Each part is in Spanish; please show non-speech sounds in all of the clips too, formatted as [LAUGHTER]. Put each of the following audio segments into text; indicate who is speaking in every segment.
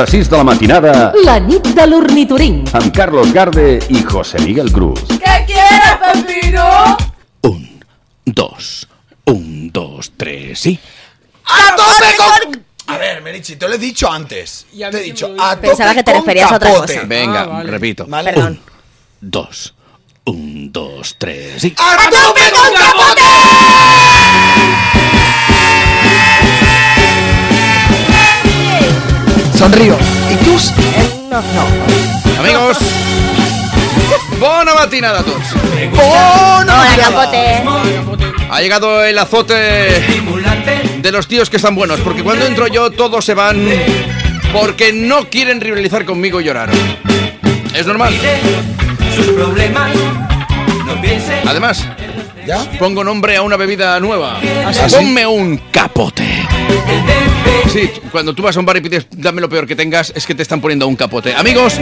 Speaker 1: A 6 de la matinada,
Speaker 2: La nit de l'ornitorinc.
Speaker 1: amb Carlos Garde i José Miguel Cruz.
Speaker 3: ¿Qué quieres, Pepino?
Speaker 4: Dos. Un, dos, tres, sí.
Speaker 5: ¡A tope con... A ver, Merichi, te lo he dicho antes. Te he dicho, a tope
Speaker 6: Pensaba que te
Speaker 5: con
Speaker 6: referías a otra
Speaker 5: capote.
Speaker 6: cosa.
Speaker 4: Venga, repito.
Speaker 5: Vale.
Speaker 6: Perdón.
Speaker 4: Un, dos. Un, dos, tres, sí.
Speaker 5: ¡A tope con capote! Sonrío. ¿Y tú?
Speaker 6: No, no.
Speaker 4: Amigos, bona matinada a tots.
Speaker 6: Hola, capote.
Speaker 4: Ha llegado el azote de los tíos que están buenos, porque cuando entro yo todos se van porque no quieren rivalizar conmigo y llorar. Es normal. Además,
Speaker 5: ¿Ya?
Speaker 4: pongo nombre a una bebida nueva.
Speaker 5: sí?
Speaker 4: Ponme un capote. Sí, cuando tú vas a un bar y pides dame lo peor que tengas, es que te están poniendo un capote. Amigos,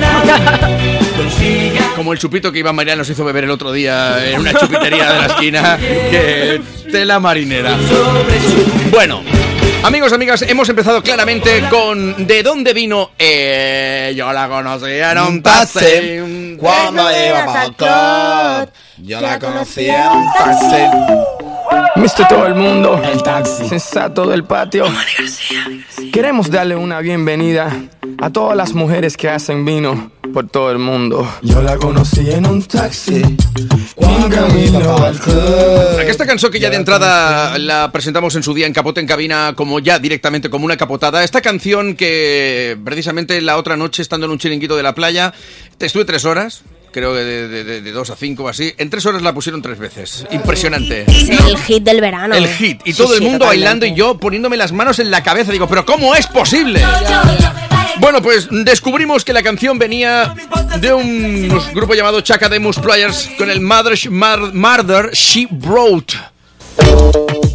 Speaker 4: como el chupito que Iván María nos hizo beber el otro día en una chupitería de la esquina, que tela marinera. Bueno, amigos, amigas, hemos empezado claramente con ¿de dónde vino? Eh, yo la conocía en un pase.
Speaker 5: Cuando íbamos al club, yo la conocí en un taxi.
Speaker 7: Viste todo el mundo, el taxi, sensato del patio. Queremos darle una bienvenida a todas las mujeres que hacen vino por todo el mundo. Yo la conocí en un taxi, cuando camino al club.
Speaker 4: Aquí esta canción que ya de entrada la presentamos en su día en Capote en Cabina como ya directamente como una capotada. Esta canción que precisamente la otra noche estando en un chiringuito de la playa, te estuve tres horas, creo que de, de- de- de dos a cinco o así. En tres horas la pusieron tres veces. Impresionante.
Speaker 6: Es el hit del verano.
Speaker 4: El hit. Y todo el mundo bailando y yo poniéndome las manos en la cabeza. Digo, pero ¿cómo es posible? Bueno, pues descubrimos que la canción venía de un grupo llamado Chaka Demus Players con el Mother, Sh- Mar- Murder She Wrote.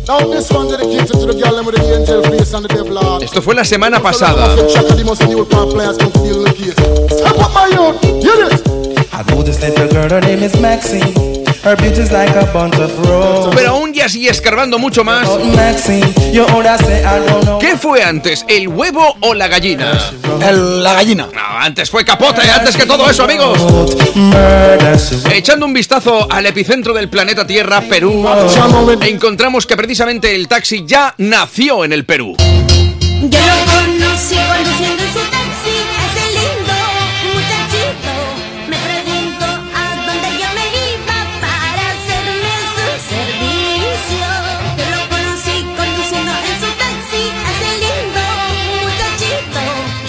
Speaker 8: Now this one dedicated to the girl them with the angel face and the devil heart.
Speaker 4: Esto fue la semana
Speaker 8: So
Speaker 4: pasada.
Speaker 8: let us check out the most new pop players come to deal with the case. Step up my youth, get it.
Speaker 9: I know this little girl, her name is Maxine. Her beauty's like a bunch of roses.
Speaker 4: Pero aún ya sigue escarbando mucho más.
Speaker 9: Oh, Maxine, you oughta say I don't know.
Speaker 4: ¿Qué fue antes, el huevo o la gallina?
Speaker 5: El- La gallina.
Speaker 4: No, antes fue capote, antes que todo eso, amigos.
Speaker 9: Murder, she wrote.
Speaker 4: Echando un vistazo al epicentro del planeta Tierra, Perú, encontramos que precisamente el taxi ya nació en el Perú.
Speaker 10: Yo lo conocí conduciendo en su taxi, ese lindo muchachito. Me preguntó a dónde yo me iba para hacerme su servicio. Yo lo conocí conduciendo en su taxi, ese lindo muchachito.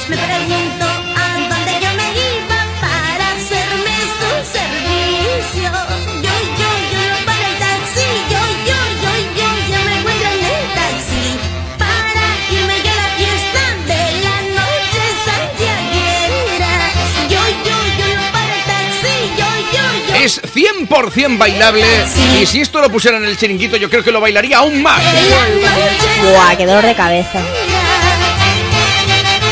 Speaker 10: Me preguntó a dónde yo me iba para hacerme su servicio. Yo, yo, yo no para el taxi, yo, yo, yo, yo, yo me encuentro en el taxi para irme yo a la fiesta de la noche santiaguera. Yo, yo, yo no para el taxi, yo, yo, yo.
Speaker 4: Es 100% bailable y si esto lo pusieran en el chiringuito yo creo que lo bailaría aún más.
Speaker 10: de la noche
Speaker 6: Buah, qué dolor de cabeza.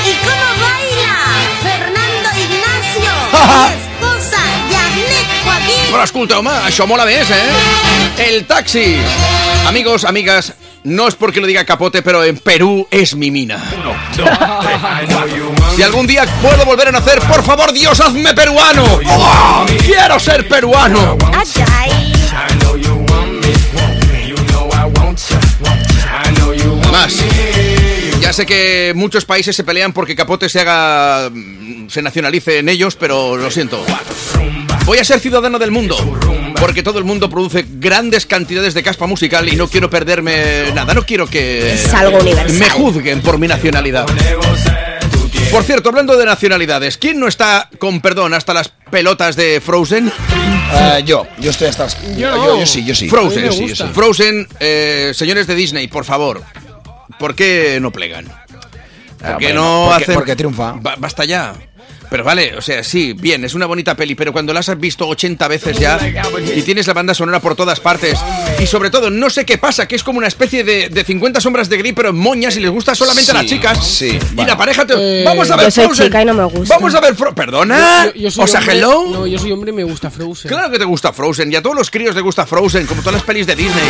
Speaker 10: ¿Y cómo baila Fernando Ignacio? mi esposa, Janet Joaquín.
Speaker 4: Però escolteu, home, això mola més, eh? El taxi. Amigos, amigas, no es porque lo diga Capote, pero en Perú es mi mina. Si algún día puedo volver a nacer, por favor, Dios, hazme peruano. ¡Oh! quiero ser peruano.
Speaker 6: Ayay.
Speaker 4: Más. Ya sé que muchos países se pelean porque Capote se haga. mm, se nacionalice en ellos, pero lo siento. Voy a ser ciudadano del mundo, porque todo el mundo produce grandes cantidades de caspa musical y no quiero perderme nada, no quiero que
Speaker 6: Es algo universal.
Speaker 4: me juzguen por mi nacionalidad. Por cierto, hablando de nacionalidades, ¿quién no está, con perdón, hasta las pelotas de Frozen?
Speaker 5: Eh, yo, yo estoy hasta. las- Yo, yo, yo sí, yo sí.
Speaker 4: Frozen,
Speaker 5: Yo sí, yo sí.
Speaker 4: Frozen, eh, señores de Disney, por favor, ¿por qué no plegan? ¿Por
Speaker 5: Ah,
Speaker 4: qué
Speaker 5: bueno,
Speaker 4: no
Speaker 5: porque-
Speaker 4: hacen-
Speaker 5: porque triunfa.
Speaker 4: Ba- basta ya. Pero vale, o sea, sí, bien, es una bonita peli, pero cuando las has visto 80 veces ya y tienes la banda sonora por todas partes y sobre todo no sé qué pasa, que es como una especie de, de 50 sombras de gris pero en moñas y les gusta solamente a las
Speaker 5: Sí,
Speaker 4: chicas.
Speaker 5: sí,
Speaker 4: Y
Speaker 5: bueno.
Speaker 4: la pareja te...
Speaker 11: Eh,
Speaker 4: vamos a ver
Speaker 6: yo soy
Speaker 4: Frozen.
Speaker 6: chica y no me gusta.
Speaker 4: Vamos a ver Fro- Perdona.
Speaker 11: Yo- yo soy
Speaker 4: o sea,
Speaker 11: hombre-
Speaker 4: hello.
Speaker 11: No, yo soy hombre y me gusta Frozen.
Speaker 4: Claro que te gusta Frozen y a todos los críos les gusta Frozen, como todas las pelis de Disney.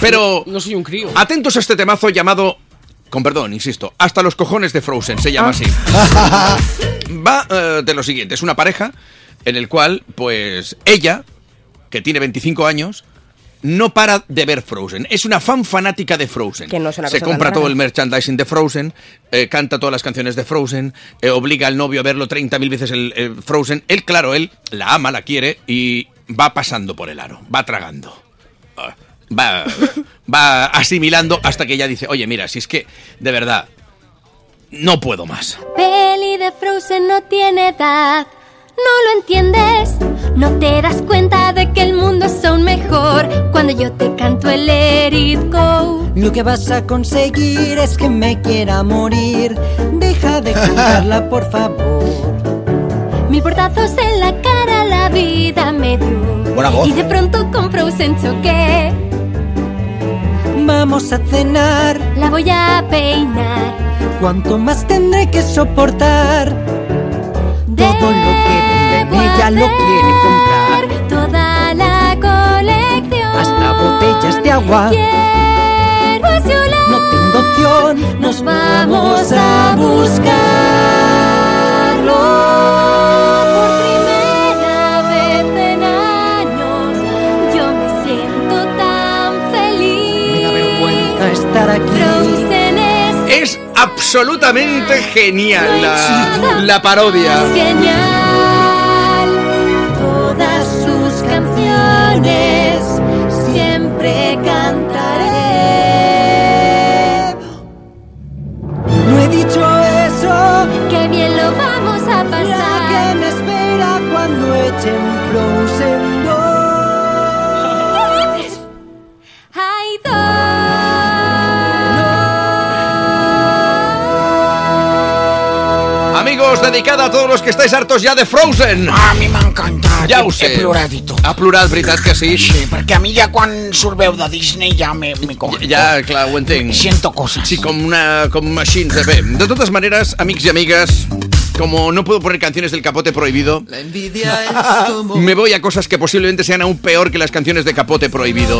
Speaker 4: Pero
Speaker 11: No soy un crío.
Speaker 4: atentos a este temazo llamado Con perdón, insisto, hasta los cojones de Frozen se llama así. Va eh, de lo siguiente, es una pareja en el cual, pues, ella, que tiene 25 años, no para de ver Frozen. Es una fan fanática de Frozen.
Speaker 6: Que no es una
Speaker 4: se
Speaker 6: cosa tan
Speaker 4: compra todo
Speaker 6: rara.
Speaker 4: el merchandising de Frozen, eh, canta todas las canciones de Frozen, eh, obliga al novio a verlo 30.000 veces el eh, Frozen. Él, claro, él la ama, la quiere y va pasando por el aro, va tragando. Ah, Va, [LAUGHS] va asimilando hasta que ella dice, oye, mira, si es que, de verdad, no puedo más.
Speaker 10: Peli de Frozen no tiene edad. No lo entiendes, no te das cuenta de que el mundo es aún mejor cuando yo te canto el Let It Go.
Speaker 12: Lo que vas a conseguir es que me quiera morir. Deja de
Speaker 4: [LAUGHS]
Speaker 12: cantarla, por favor.
Speaker 10: Mil portazos en la cara la vida me dio.
Speaker 12: Buena voz,
Speaker 10: Y de
Speaker 12: eh.
Speaker 10: pronto con Frozen choqué.
Speaker 12: Vamos a cenar.
Speaker 10: La voy a peinar.
Speaker 12: Cuanto más tendré que soportar. Todo lo que venden, ella lo quiere comprar.
Speaker 10: Toda la colección.
Speaker 12: Hasta botellas de agua.
Speaker 10: Quiero a su lado.
Speaker 12: No tengo opción. Nos vamos a buscarlo.
Speaker 10: Cada vez en años yo me siento tan feliz.
Speaker 12: Estar aquí.
Speaker 10: Frozen es
Speaker 4: Es absolutamente genial la, la parodia.
Speaker 10: genial. Todas sus canciones siempre cantaré.
Speaker 12: No he dicho eso.
Speaker 10: Qué bien lo vamos a
Speaker 12: La
Speaker 10: pasar.
Speaker 12: que me espera cuando echen Frozen 2.
Speaker 10: Hay dos.
Speaker 4: Amigos, dedicada a todos los que estáis hartos ya de Frozen.
Speaker 13: A mi m'ha encantat.
Speaker 4: Ja
Speaker 13: He-
Speaker 4: ho sé.
Speaker 13: He plorat i tot.
Speaker 4: Ha plorat, veritat que sí?
Speaker 13: Sí, perquè a mi ja quan surt veu de Disney ja me, me coge.
Speaker 4: Ja, clar, ho entenc.
Speaker 13: Siento cosas.
Speaker 4: Sí, com, una, com així de bé. De totes maneres, amics i amigues, como no puedo poner canciones del Capote Prohibido,
Speaker 6: [LAUGHS]
Speaker 4: me voy a cosas que posiblemente sean aún peor que las canciones de Capote Prohibido.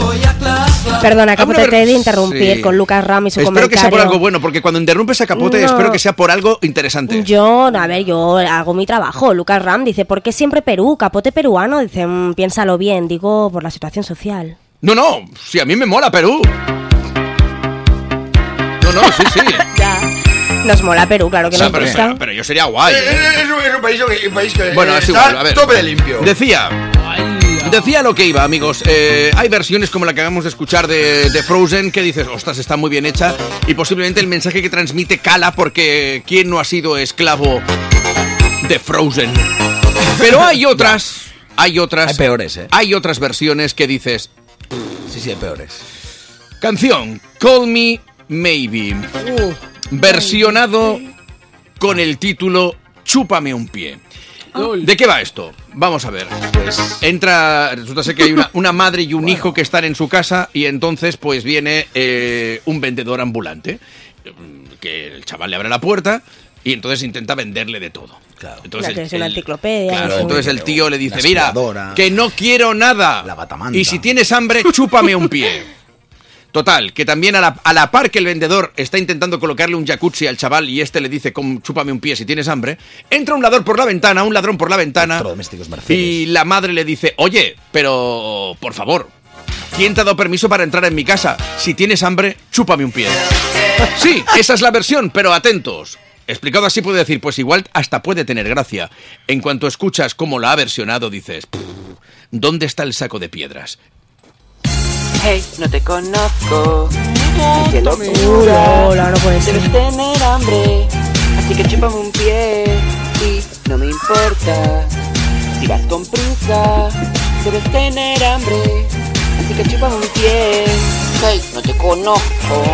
Speaker 6: Perdona,
Speaker 4: Vamos a
Speaker 6: Capote,
Speaker 4: ver-
Speaker 6: te he de interrumpir
Speaker 4: Sí.
Speaker 6: con Lucas Ram y su
Speaker 4: Espero
Speaker 6: comentario.
Speaker 4: que sea por algo bueno, porque cuando interrumpes a Capote,
Speaker 6: No.
Speaker 4: espero que sea por algo interesante.
Speaker 6: Yo, a ver, yo hago mi trabajo. Lucas Ram dice, ¿por qué siempre Perú? Capote peruano. Dice, "Mm, piénsalo bien. Digo, por la situación social.
Speaker 4: No, no, si a mí me mola Perú. No, no, sí,
Speaker 6: [LAUGHS]
Speaker 4: sí.
Speaker 6: Nos mola Perú, claro que
Speaker 4: O sea,
Speaker 6: nos
Speaker 4: pero,
Speaker 6: gusta.
Speaker 4: pero- pero yo sería guay.
Speaker 5: Eh, eh, Es, un- es un país que, un país que
Speaker 4: Bueno,
Speaker 5: eh,
Speaker 4: es
Speaker 5: está
Speaker 4: igual, a ver.
Speaker 5: tope de limpio.
Speaker 4: Decía. Decía lo que iba, amigos. Eh, hay versiones como la que acabamos de escuchar de, de Frozen que dices, ostras, está muy bien hecha. Y posiblemente el mensaje que transmite cala porque ¿quién no ha sido esclavo de Frozen? Pero hay otras. Hay otras.
Speaker 5: Hay peores, eh.
Speaker 4: Hay otras versiones que dices,
Speaker 5: Sí, sí, hay peores.
Speaker 4: canción, Call Me Maybe.
Speaker 6: Uh,
Speaker 4: Versionado con el título Chúpame un pie.
Speaker 6: Ah.
Speaker 4: ¿De qué va esto? Vamos a ver.
Speaker 5: Pues-
Speaker 4: Entra, resulta ser que hay una, una madre y un hijo que están en su casa y entonces pues viene eh, un vendedor ambulante, mm, que el chaval le abre la puerta y entonces intenta venderle de todo.
Speaker 6: La que
Speaker 4: Entonces,
Speaker 6: es una
Speaker 4: el-
Speaker 6: enciclopedia.
Speaker 4: claro,
Speaker 6: no sé.
Speaker 4: entonces el tío le dice,
Speaker 5: La
Speaker 4: mira,
Speaker 5: aspiradora.
Speaker 4: que no quiero nada.
Speaker 5: batamanta.
Speaker 4: y si tienes hambre, chúpame
Speaker 5: [LAUGHS]
Speaker 4: un pie. Total, que también a la, a la par que el vendedor está intentando colocarle un jacuzzi al chaval y este le dice, "Com, chúpame un pie si tienes hambre, entra un ladrón por la ventana, un ladrón por la ventana,
Speaker 5: Electrodomésticos Mercedes.
Speaker 4: y la madre le dice, oye, pero por favor, ¿quién te ha dado permiso para entrar en mi casa? Si tienes hambre, chúpame un pie. Sí, esa es la versión, pero atentos. Explicado así puedo decir, pues igual hasta puede tener gracia. En cuanto escuchas cómo la ha versionado, dices, "Pff, ¿dónde está el saco de piedras?
Speaker 14: Hey, no te conozco. Ay, qué locura.
Speaker 6: Lola, no puede ser.
Speaker 14: Debes tener hambre. Así que chúpame un pie. Y no me importa. Si vas con prisa, debes tener hambre. Así que chúpame un pie. Hey, no te conozco.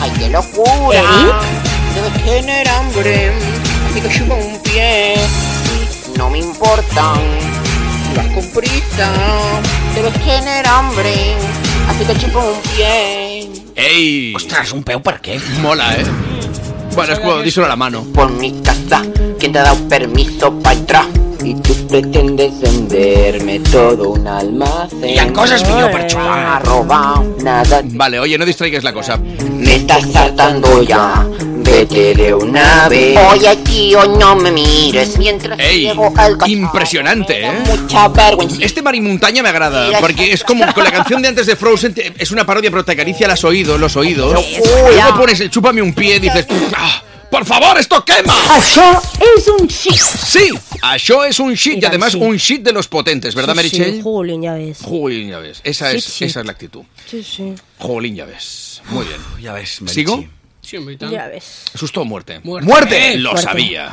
Speaker 14: Ay, qué locura.
Speaker 6: ¿Eh?
Speaker 14: Debes tener hambre. Así que chúpame un pie. Y no me importa. Si vas con prisa, debes tener hambre. Así que chúpame un pie.
Speaker 4: ¡Ey!
Speaker 13: Ostres, un peu per què?
Speaker 4: Mola, ¿eh? Bueno, es como díselo a la mano.
Speaker 14: por mi casa. ¿Quién te ha dado permiso para entrar? Si tú pretendes venderme todo un almacén.
Speaker 13: Y hay cosas que yo per
Speaker 14: chupar. Roba nada.
Speaker 4: Vale, oye, no distraigas la cosa.
Speaker 14: Me estás saltando ya. Vete de una vez.
Speaker 15: Oye, tío, oh, no me mires mientras
Speaker 4: ¡Ey!
Speaker 15: llego al cachorro.
Speaker 4: Impresionante, ¿eh?
Speaker 15: Mucha vergüenza.
Speaker 4: Este Mari Montaña me agrada, porque es como con la canción de antes de Frozen, te- es una parodia, pero te acaricia las oídos, los oídos. Luego pones el chúpame un pie y dices, "Ah, ¡por favor, esto quema!
Speaker 2: Això és un xic.
Speaker 4: Sí, això es un shit y además un shit de los potentes, ¿verdad,
Speaker 6: Sí, sí,
Speaker 4: Merichel?
Speaker 6: Jolín, ya ves.
Speaker 4: Jolín, ya ves. Esa
Speaker 6: Shit,
Speaker 4: es,
Speaker 6: shit.
Speaker 4: esa es la actitud.
Speaker 6: Sí, sí.
Speaker 4: Jolín, ya ves. Muy bien.
Speaker 5: Ya ves, Merichi.
Speaker 4: ¿Sigo?
Speaker 11: Sí, hombre, y tal.
Speaker 6: Ya ves.
Speaker 4: ¿Susto o muerte?
Speaker 11: Muerte.
Speaker 4: ¡Muerte!
Speaker 11: Eh,
Speaker 4: Lo
Speaker 11: muerte.
Speaker 4: sabía.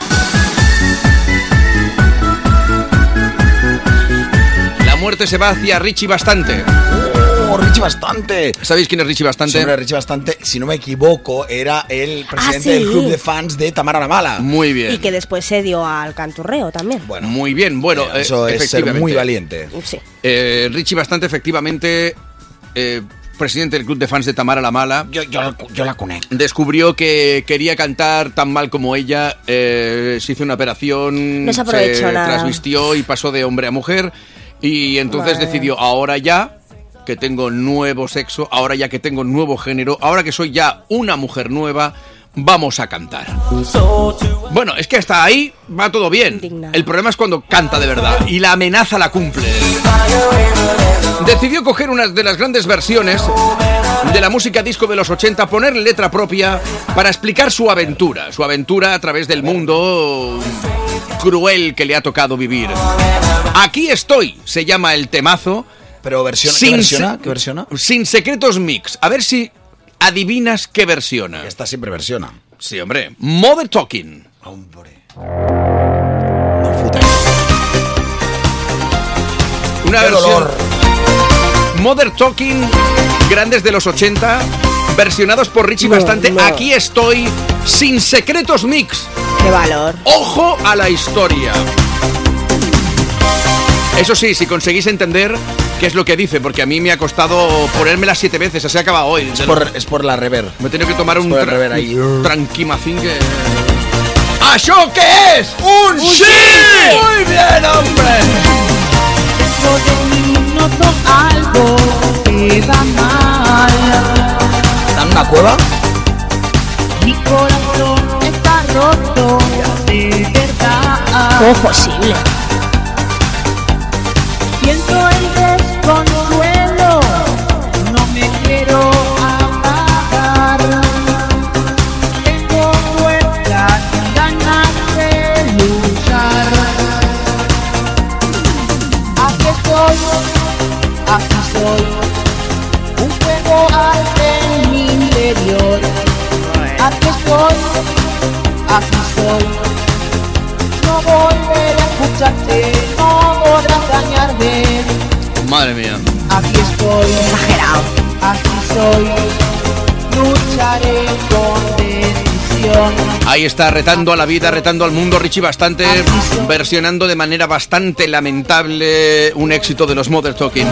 Speaker 4: La muerte se va hacia Richie Bastante.
Speaker 5: Oh, Richie Bastante.
Speaker 4: ¿Sabéis quién es Richie Bastante?
Speaker 5: Hombre, Richie Bastante, si no me equivoco, era
Speaker 13: Ah,
Speaker 5: el presidente
Speaker 6: sí.
Speaker 5: del club de fans de Tamara Namala.
Speaker 4: Muy
Speaker 6: Y
Speaker 4: bien.
Speaker 6: que después se dio al canturreo también.
Speaker 5: Bueno,
Speaker 4: Muy bien, bueno, eh,
Speaker 5: eso es ser
Speaker 4: efectivamente.
Speaker 5: muy valiente.
Speaker 6: Sí.
Speaker 4: Eh, Richie Bastante, efectivamente, eh, presidente del club de fans de Tamara la Mala,
Speaker 13: Yo, yo, la cu- yo la cuné.
Speaker 4: descubrió que quería cantar tan mal como ella, eh, se hizo una operación,
Speaker 6: No se aprovechó
Speaker 4: se
Speaker 6: nada.
Speaker 4: transvistió y pasó de hombre a mujer y entonces
Speaker 6: Vale.
Speaker 4: decidió ahora ya que tengo nuevo sexo, ahora ya que tengo nuevo género, ahora que soy ya una mujer nueva, vamos a cantar. Bueno, es que hasta ahí va todo bien.
Speaker 6: Indignada.
Speaker 4: El problema es cuando canta de verdad y la amenaza la cumple. Decidió coger una de las grandes versiones de la música disco de los 80, poner letra propia para explicar su aventura, su aventura a través del mundo cruel que le ha tocado vivir. Aquí estoy, se llama el temazo.
Speaker 5: Pero versión, ¿qué
Speaker 4: Sin
Speaker 5: versiona?
Speaker 4: se-
Speaker 5: ¿Qué versiona?
Speaker 4: Sin secretos mix. A ver si adivinas qué versiona.
Speaker 5: Esta siempre versiona.
Speaker 4: Sí, hombre. Mother Talking.
Speaker 5: Hombre.
Speaker 4: Una
Speaker 5: Qué
Speaker 4: versión.
Speaker 5: dolor.
Speaker 4: Mother Talking, grandes de los 80, versionados por Richie bastante. Aquí estoy, sin secretos mix.
Speaker 6: Qué valor.
Speaker 4: Ojo a la historia. Eso sí, si conseguís entender qué es lo que dice, porque a mí me ha costado ponérmela siete veces, así acaba hoy.
Speaker 5: Es por, es por la rever.
Speaker 4: Me he tenido que tomar un,
Speaker 5: por el
Speaker 4: tra-
Speaker 5: rever ahí.
Speaker 4: un tranquimacín que... ¿Això qué es? ¡Un, sí! ¡Muy bien, hombre!
Speaker 3: algo queda mal.
Speaker 5: ¿Dan una cueva?
Speaker 3: Mi corazón está roto de verdad.
Speaker 6: ¿Cómo es posible?
Speaker 3: Siento el desconsuelo. No me quiero apagar. Tengo fuerzas, ganas de luchar. Aquí estoy, aquí soy. Un fuego arde en mi interior. Aquí estoy, aquí soy. No volveré a escucharte, no podrás dañarme.
Speaker 4: Madre mía.
Speaker 3: Aquí estoy, exagerado. Aquí soy, lucharé con decisión.
Speaker 4: Ahí está retando a la vida, retando al mundo Richie bastante, versionando de manera bastante lamentable un éxito de los Mother Talking.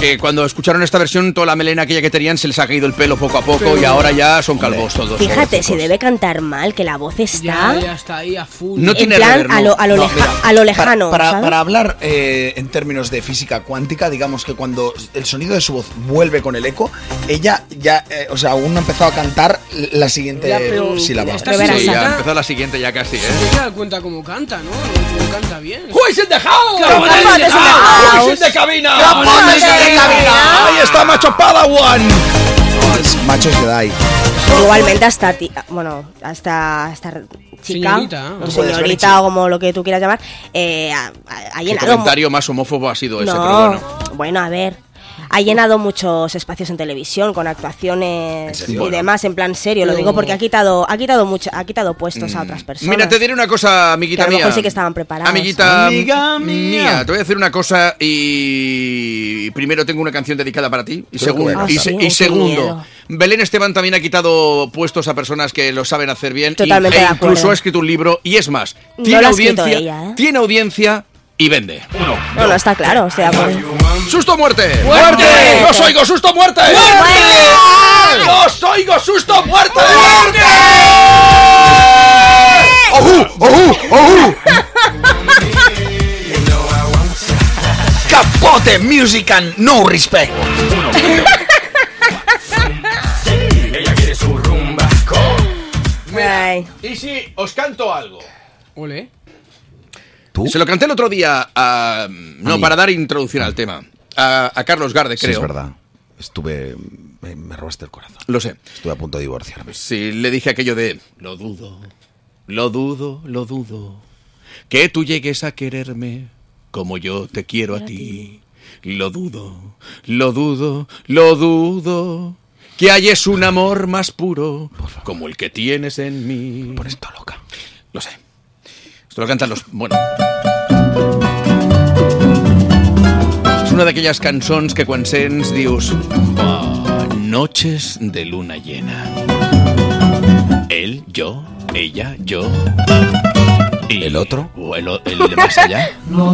Speaker 4: Que cuando escucharon esta versión, toda la melena aquella que tenían se les ha caído el pelo poco a poco y ahora ya son calvos todos.
Speaker 6: Fíjate, se debe cantar mal, que la voz está.
Speaker 11: Ya, ya está ahí a full.
Speaker 4: No
Speaker 6: en
Speaker 4: tiene
Speaker 6: plan,
Speaker 4: rever, no.
Speaker 6: a lo, a lo
Speaker 5: No,
Speaker 6: [LAUGHS] leja-
Speaker 5: mira,
Speaker 6: a lo lejano.
Speaker 5: Para, para,
Speaker 6: ¿sabes?
Speaker 5: para hablar eh, en términos de física cuántica, digamos que cuando el sonido de su voz vuelve con el eco, ella ya, eh, o sea, aún no ha empezado a cantar la siguiente
Speaker 11: Ya, pero
Speaker 5: sílaba.
Speaker 11: está
Speaker 6: Rever
Speaker 4: Sí, ya
Speaker 6: asada.
Speaker 4: empezó la siguiente ya casi, ¿eh?
Speaker 11: No te das cuenta cómo canta, ¿no? Cómo canta bien.
Speaker 4: ¡Juicio in the house!
Speaker 11: Claro,
Speaker 4: ¡Juicio
Speaker 6: Juan Pontes in the house!
Speaker 4: ¡Juicio in the cabina!
Speaker 6: Juan Pontes in the cabina!
Speaker 4: ¡Ahí está Macho Padawan!
Speaker 5: Oh, Es macho Jedi.
Speaker 6: Igualmente hasta ti, bueno, hasta esta chica,
Speaker 11: Señorita,
Speaker 6: o
Speaker 11: ¿no?
Speaker 6: señorita o como lo que tú quieras llamar, eh, ha, ha- ha
Speaker 4: ¿Qué
Speaker 6: llenado. mu-
Speaker 4: comentario más homófobo ha sido ese?
Speaker 6: no,
Speaker 4: Pero bueno.
Speaker 6: bueno, a ver. Ha llenado muchos espacios en televisión con actuaciones y
Speaker 4: Bueno.
Speaker 6: demás en plan serio, lo
Speaker 11: No.
Speaker 6: digo porque ha quitado ha quitado mucho, ha quitado puestos a otras personas.
Speaker 4: Mm. Mira, te diré una cosa, amiguita
Speaker 6: Que a lo
Speaker 4: mía.
Speaker 6: mejor sí que estaban preparados.
Speaker 4: Amiguita
Speaker 5: Amiga mía.
Speaker 4: mía, te voy a decir una cosa y primero tengo una canción dedicada para ti y,
Speaker 5: Creo que
Speaker 4: segun-
Speaker 5: voy a
Speaker 4: y
Speaker 5: cantar.
Speaker 4: se- y
Speaker 6: Ay, qué
Speaker 4: segundo,
Speaker 6: miedo.
Speaker 4: Belén Esteban también ha quitado puestos a personas que lo saben hacer bien y-
Speaker 6: Totalmente
Speaker 4: e
Speaker 6: de acuerdo.
Speaker 4: incluso ha escrito un libro y es más,
Speaker 6: No
Speaker 4: tiene
Speaker 6: lo ha escrito
Speaker 4: audiencia,
Speaker 6: ella, ¿eh?
Speaker 4: tiene audiencia y vende.
Speaker 6: No, no, está claro, estoy de acuerdo.
Speaker 4: Susto o muerte.
Speaker 6: Muerte.
Speaker 4: Os oigo susto o muerte.
Speaker 6: Muerte.
Speaker 4: Os oigo susto o muerte.
Speaker 5: ¡Ojú! ¡Ojú! ¡Ojú! Corte, music and no respect.
Speaker 7: Ella quiere su rumba.
Speaker 4: Y si os canto algo. Ole. Se lo canté el otro día a. No,
Speaker 5: mí.
Speaker 4: para dar introducción al tema. A, a Carlos Garde,
Speaker 5: Sí,
Speaker 4: creo.
Speaker 5: es verdad. Estuve. Me, me robaste el corazón.
Speaker 4: Lo sé.
Speaker 5: Estuve a punto de divorciarme.
Speaker 4: Sí, le dije aquello de. Lo dudo. Lo dudo, lo dudo. Que tú llegues a quererme como yo te quiero a ti. Lo dudo, lo dudo, lo dudo. Que hayes un amor más puro como el que tienes en mí. Por esto loca. Lo sé. Esto lo cantan los. Bueno. És una d'aquelles cançons que quan sents dius "Buah, Noches de luna llena. Él, yo, ella, yo. Y ¿El otro? O el, o- el de más allá.
Speaker 3: [LAUGHS] Lo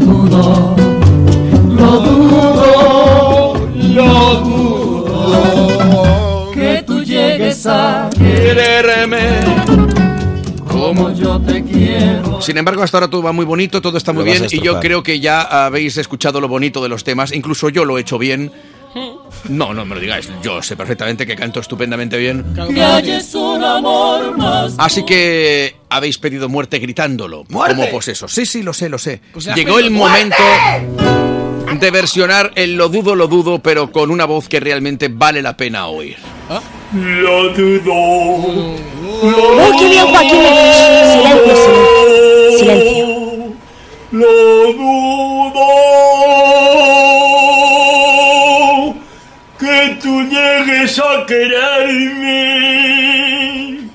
Speaker 3: dudo, lo dudo, lo dudo que tú llegues a quererme
Speaker 4: como
Speaker 3: yo te quiero.
Speaker 4: Sin embargo, hasta ahora todo va muy bonito, todo está muy
Speaker 5: Lo vas
Speaker 4: bien
Speaker 5: a
Speaker 4: y yo
Speaker 5: estropear.
Speaker 4: creo que ya habéis escuchado lo bonito de los temas. Incluso yo lo he hecho bien. No, no me lo digáis. Yo sé perfectamente que canto estupendamente bien.
Speaker 3: Que halles un amor más.
Speaker 4: Así que habéis pedido muerte gritándolo. Como posesos. Sí, sí, lo sé, lo sé.
Speaker 3: Pues ya
Speaker 4: Llegó
Speaker 3: has
Speaker 4: el
Speaker 3: pedido
Speaker 4: momento de versionar el Lo dudo, lo dudo, pero con una voz que realmente vale la pena oír.
Speaker 3: Lo dudo.
Speaker 6: ¡Uy, qué bien, Joaquín! Silencio, silencio. Silencio.
Speaker 3: Lo dudo que tú llegues a quererme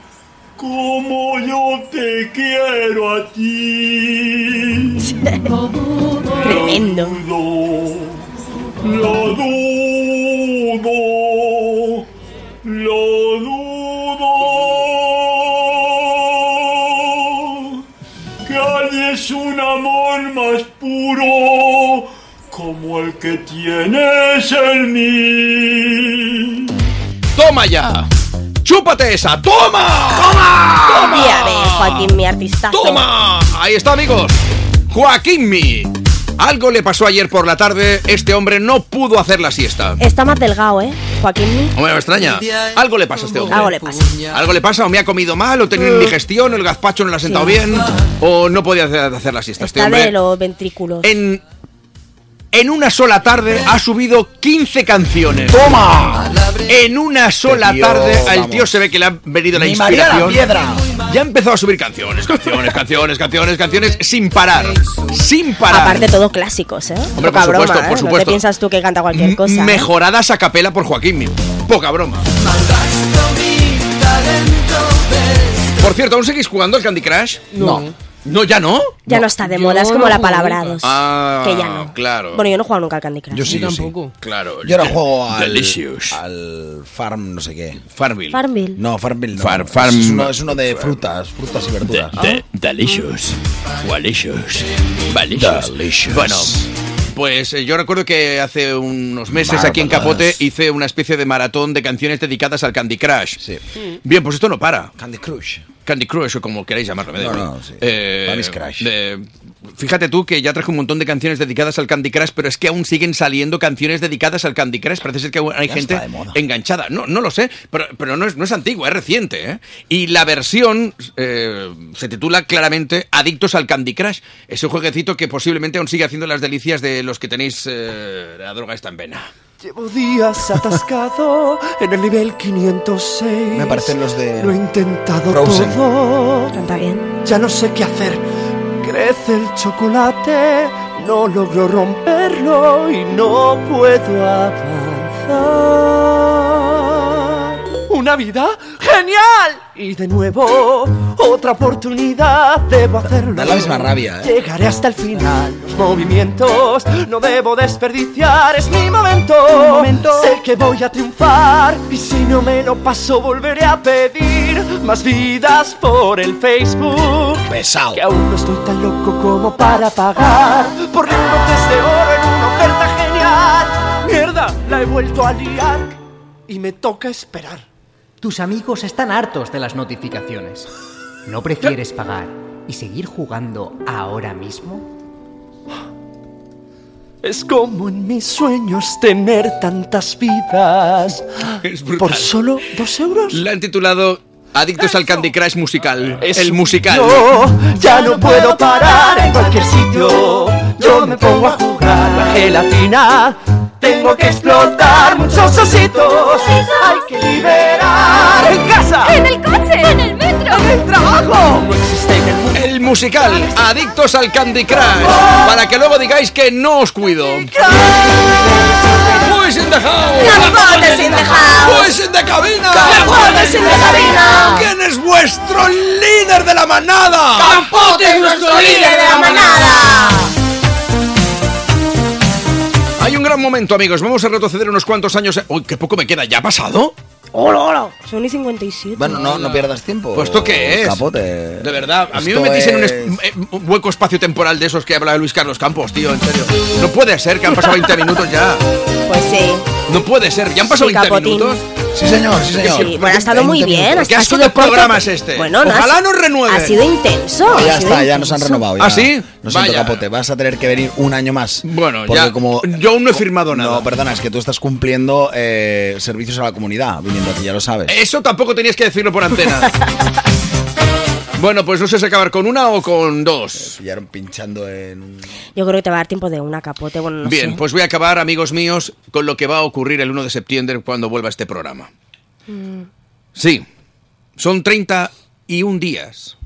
Speaker 3: como yo te quiero a ti. Tremendo. Lo dudo. Lo dudo. Que hay es un amor más puro como el que tienes en mí.
Speaker 4: ¡Toma ya! ¡Chúpate esa! ¡Toma! ¡Toma! ¡Toma!
Speaker 6: Y a ver, Joaquín, mi artista.
Speaker 4: ¡Toma! Ahí está, amigos. Joaquín Mi. Algo le pasó ayer por la tarde. Este hombre no pudo hacer la siesta.
Speaker 6: Está más delgado, ¿eh? Joaquín. Mi.
Speaker 4: Hombre, me extraña. Algo le pasa a este hombre.
Speaker 6: Algo le pasa.
Speaker 4: Algo le pasa, o me ha comido mal, o tenía indigestión, o el gazpacho no le ha sentado
Speaker 6: Sí.
Speaker 4: bien, o no podía hacer, hacer la siesta. Este
Speaker 6: Está de
Speaker 4: hombre,
Speaker 6: los ventrículos.
Speaker 4: en, en una sola tarde, ha subido 15 canciones.
Speaker 5: ¡Toma!
Speaker 4: En una sola
Speaker 5: tío,
Speaker 4: tarde, al
Speaker 5: vamos.
Speaker 4: tío se ve que le ha venido la
Speaker 5: Ni María la
Speaker 4: inspiración.
Speaker 5: Piedra.
Speaker 4: Ya ha empezado a subir canciones, canciones, canciones, canciones, canciones, sin parar. Sin parar.
Speaker 6: Aparte, todos clásicos, ¿eh?
Speaker 4: Hombre,
Speaker 6: Poca
Speaker 4: por supuesto,
Speaker 6: broma, ¿eh?
Speaker 4: por
Speaker 6: No te
Speaker 4: supuesto.
Speaker 6: piensas tú que canta cualquier cosa. ¿eh?
Speaker 4: Mejoradas a capela por Joaquín Mir. Poca broma. Por cierto, ¿aún seguís jugando al Candy Crush?
Speaker 6: No.
Speaker 4: ¿No, ya no?
Speaker 6: Ya no, está de moda, es como la palabrados.
Speaker 4: Ah,
Speaker 6: que ya no.
Speaker 4: claro.
Speaker 6: Bueno, yo no juego nunca al Candy Crush.
Speaker 4: Claro.
Speaker 5: Yo ahora juego al.
Speaker 4: Delicious.
Speaker 5: Al farm, no sé qué.
Speaker 4: Farmville.
Speaker 6: Farmville.
Speaker 5: No, Farmville no.
Speaker 4: Far- farm- Eh,
Speaker 5: Es uno, es uno de frutas, frutas y verduras.
Speaker 4: De- delicious. Walicious. Valicious.
Speaker 5: Delicious.
Speaker 4: Bueno, pues eh, yo recuerdo que hace unos meses aquí en Capote
Speaker 5: Marvelous.
Speaker 4: hice una especie de maratón de canciones dedicadas al Candy Crush. Bien, pues esto no para.
Speaker 5: Candy Crush.
Speaker 4: Candy Crush o como queráis llamarlo. me da
Speaker 5: No,
Speaker 4: igual.
Speaker 5: no, sí.
Speaker 4: Eh,
Speaker 5: Para mí es Crush.
Speaker 4: de- fíjate tú que ya traje un montón de canciones dedicadas al Candy Crush, pero es que aún siguen saliendo canciones dedicadas al Candy Crush. Parece ser que aún hay
Speaker 5: Ya
Speaker 4: gente
Speaker 5: está de moda.
Speaker 4: enganchada. No, no lo sé, pero, pero no, es, no es antigua, es reciente. ¿eh? Y la versión eh, se titula claramente Adictos al Candy Crush. Es un jueguecito que posiblemente aún sigue haciendo las delicias de los que tenéis eh, la droga esta en vena.
Speaker 16: Llevo días atascado en el nivel 506.
Speaker 5: Me parecen los de
Speaker 16: Lo he intentado
Speaker 5: Frozen.
Speaker 16: todo.
Speaker 6: Canta bien.
Speaker 16: Ya no sé qué hacer. Crece el chocolate, no logro romperlo y no puedo avanzar. Una vida genial y de nuevo otra oportunidad debo hacerlo.
Speaker 5: Da la misma rabia, ¿eh?
Speaker 16: Llegaré hasta el final. Los movimientos no debo desperdiciar. Es mi momento. Sé que voy a triunfar. Y si no me lo paso, volveré a pedir más vidas por el Facebook.
Speaker 5: Pesado.
Speaker 16: Que aún no estoy tan loco como para pagar por lingotes de oro en una oferta genial. Mierda, la he vuelto a liar y me toca esperar.
Speaker 17: Tus amigos están hartos de las notificaciones. ¿No prefieres pagar y seguir jugando ahora mismo?
Speaker 16: Es como en mis sueños tener tantas vidas. Por solo dos euros.
Speaker 4: La han titulado Adictos al Candy Crush Musical.
Speaker 16: Es-
Speaker 4: el musical.
Speaker 16: Yo ya no puedo parar en cualquier sitio. Yo me pongo a jugar la gelatina. Tengo que explotar muchos ositos. Hay que liberar en casa.
Speaker 10: En el coche. En el metro. En el trabajo.
Speaker 4: El musical Adictos al Candy Crush. Para que luego digáis que no os cuido. Boys in the house.
Speaker 10: Campones in the house.
Speaker 4: Boys in the cabina.
Speaker 10: Campones in the cabina.
Speaker 4: ¿Quién es vuestro líder de la manada?
Speaker 10: Campote es nuestro líder de la manada.
Speaker 4: Hay un gran momento, amigos. Vamos a retroceder unos cuantos años. Uy, qué poco me queda. ¿Ya ha pasado?
Speaker 5: Hola, hola.
Speaker 6: Son y 57.
Speaker 5: Bueno, no, no pierdas tiempo.
Speaker 4: Pues, ¿esto qué es?
Speaker 5: Capote.
Speaker 4: De verdad, a mí me
Speaker 5: Eh, Esto
Speaker 4: metís en un,
Speaker 5: es-
Speaker 4: es- eh, un hueco espacio-temporal de esos que habla Luis Carlos Campos, tío, en serio. No puede ser que han pasado 20 minutos ya.
Speaker 6: Pues sí.
Speaker 4: No puede ser, ya han pasado
Speaker 6: Sí,
Speaker 4: 20
Speaker 6: Capotín.
Speaker 4: minutos.
Speaker 5: Sí, señor, sí, señor.
Speaker 6: Sí, bueno, ha estado muy bien.
Speaker 4: ¿Qué
Speaker 6: ha
Speaker 4: asco
Speaker 6: sido
Speaker 4: de programa
Speaker 6: corto,
Speaker 4: es este?
Speaker 6: Bueno, no,
Speaker 4: Ojalá
Speaker 6: ha-
Speaker 4: nos renueve.
Speaker 6: Ha sido intenso.
Speaker 5: No,
Speaker 6: ha
Speaker 5: ya
Speaker 6: sido
Speaker 5: está, ya nos han
Speaker 6: intenso.
Speaker 5: renovado. ya.
Speaker 4: ¿Ah, sí?
Speaker 5: Lo siento,
Speaker 4: Vaya.
Speaker 5: Capote, vas a tener que venir un año más. Bueno,
Speaker 4: ya.
Speaker 5: Como,
Speaker 4: yo aún no he firmado nada.
Speaker 5: No, perdona, es que tú estás cumpliendo eh, servicios a la comunidad viniendo aquí, ya lo sabes.
Speaker 4: Eso tampoco tenías que decirlo por antena. bueno, pues no sé si acabar con una o con dos.
Speaker 5: Pillaron pinchando en un...
Speaker 6: Yo creo que te va a dar tiempo de una capote. Bueno, no
Speaker 4: Bien,
Speaker 6: sé.
Speaker 4: pues voy a acabar, amigos míos, con lo que va a ocurrir el 1 de septiembre cuando vuelva este programa.
Speaker 6: Mm,
Speaker 4: Sí, son 31 días.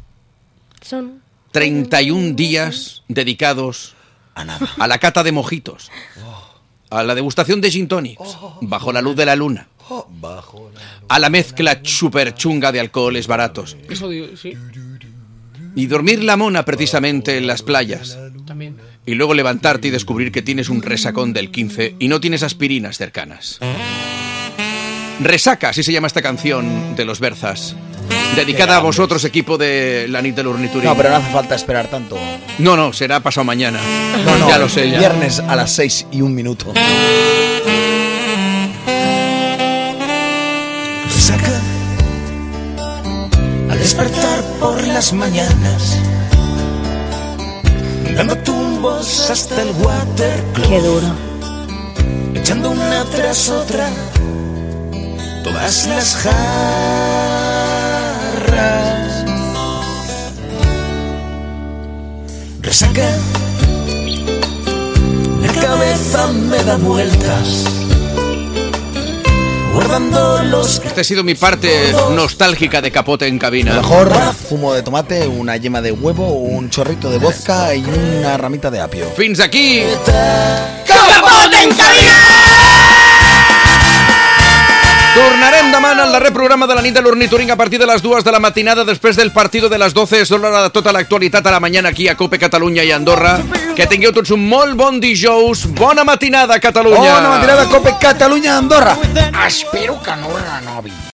Speaker 6: Son.
Speaker 4: 31 días dedicados a, la cata de mojitos, a la degustación de gin tonics, bajo la luz de la luna,
Speaker 5: Bajo.
Speaker 4: a la mezcla superchunga de alcoholes baratos
Speaker 11: Eso digo, sí,
Speaker 4: y dormir la mona precisamente en las playas
Speaker 11: también.
Speaker 4: y luego levantarte y descubrir que tienes un resacón del 15 y no tienes aspirinas cercanas. Resaca, así se llama esta canción de los Berzas, dedicada a vosotros, equipo de la nit del Urniturín.
Speaker 5: No, pero no hace falta esperar tanto.
Speaker 4: No, no, será pasado mañana.
Speaker 5: No, no,
Speaker 4: ya lo sé. ya.
Speaker 5: Viernes a las 6 y un minuto.
Speaker 18: Resaca. Al despertar por las mañanas, dando tumbos hasta el waterclub.
Speaker 6: Qué duro.
Speaker 18: Echando una tras otra, todas las jarras. Resaca. La cabeza me da vueltas, guardando los
Speaker 5: Este
Speaker 4: Esta ha sido mi parte nostálgica de capote en cabina.
Speaker 5: A lo mejor zumo de tomate, una yema de huevo, un chorrito de vodka y una ramita de apio.
Speaker 4: Fins aquí.
Speaker 10: ¡Capote en cabina!
Speaker 4: Tornarem demà en el darrer programa de la nit de l'Ornituring a partir de les dues de la matinada després del partido de les 12. És l'hora de tota l'actualitat a la mañana aquí a Cope Catalunya i Andorra. Que tingueu tots un molt bon dijous. Bona
Speaker 5: Oh,
Speaker 4: matinada, Catalunya.
Speaker 5: Bona matinada, Cope Catalunya, Andorra.
Speaker 13: Espero que no renovi.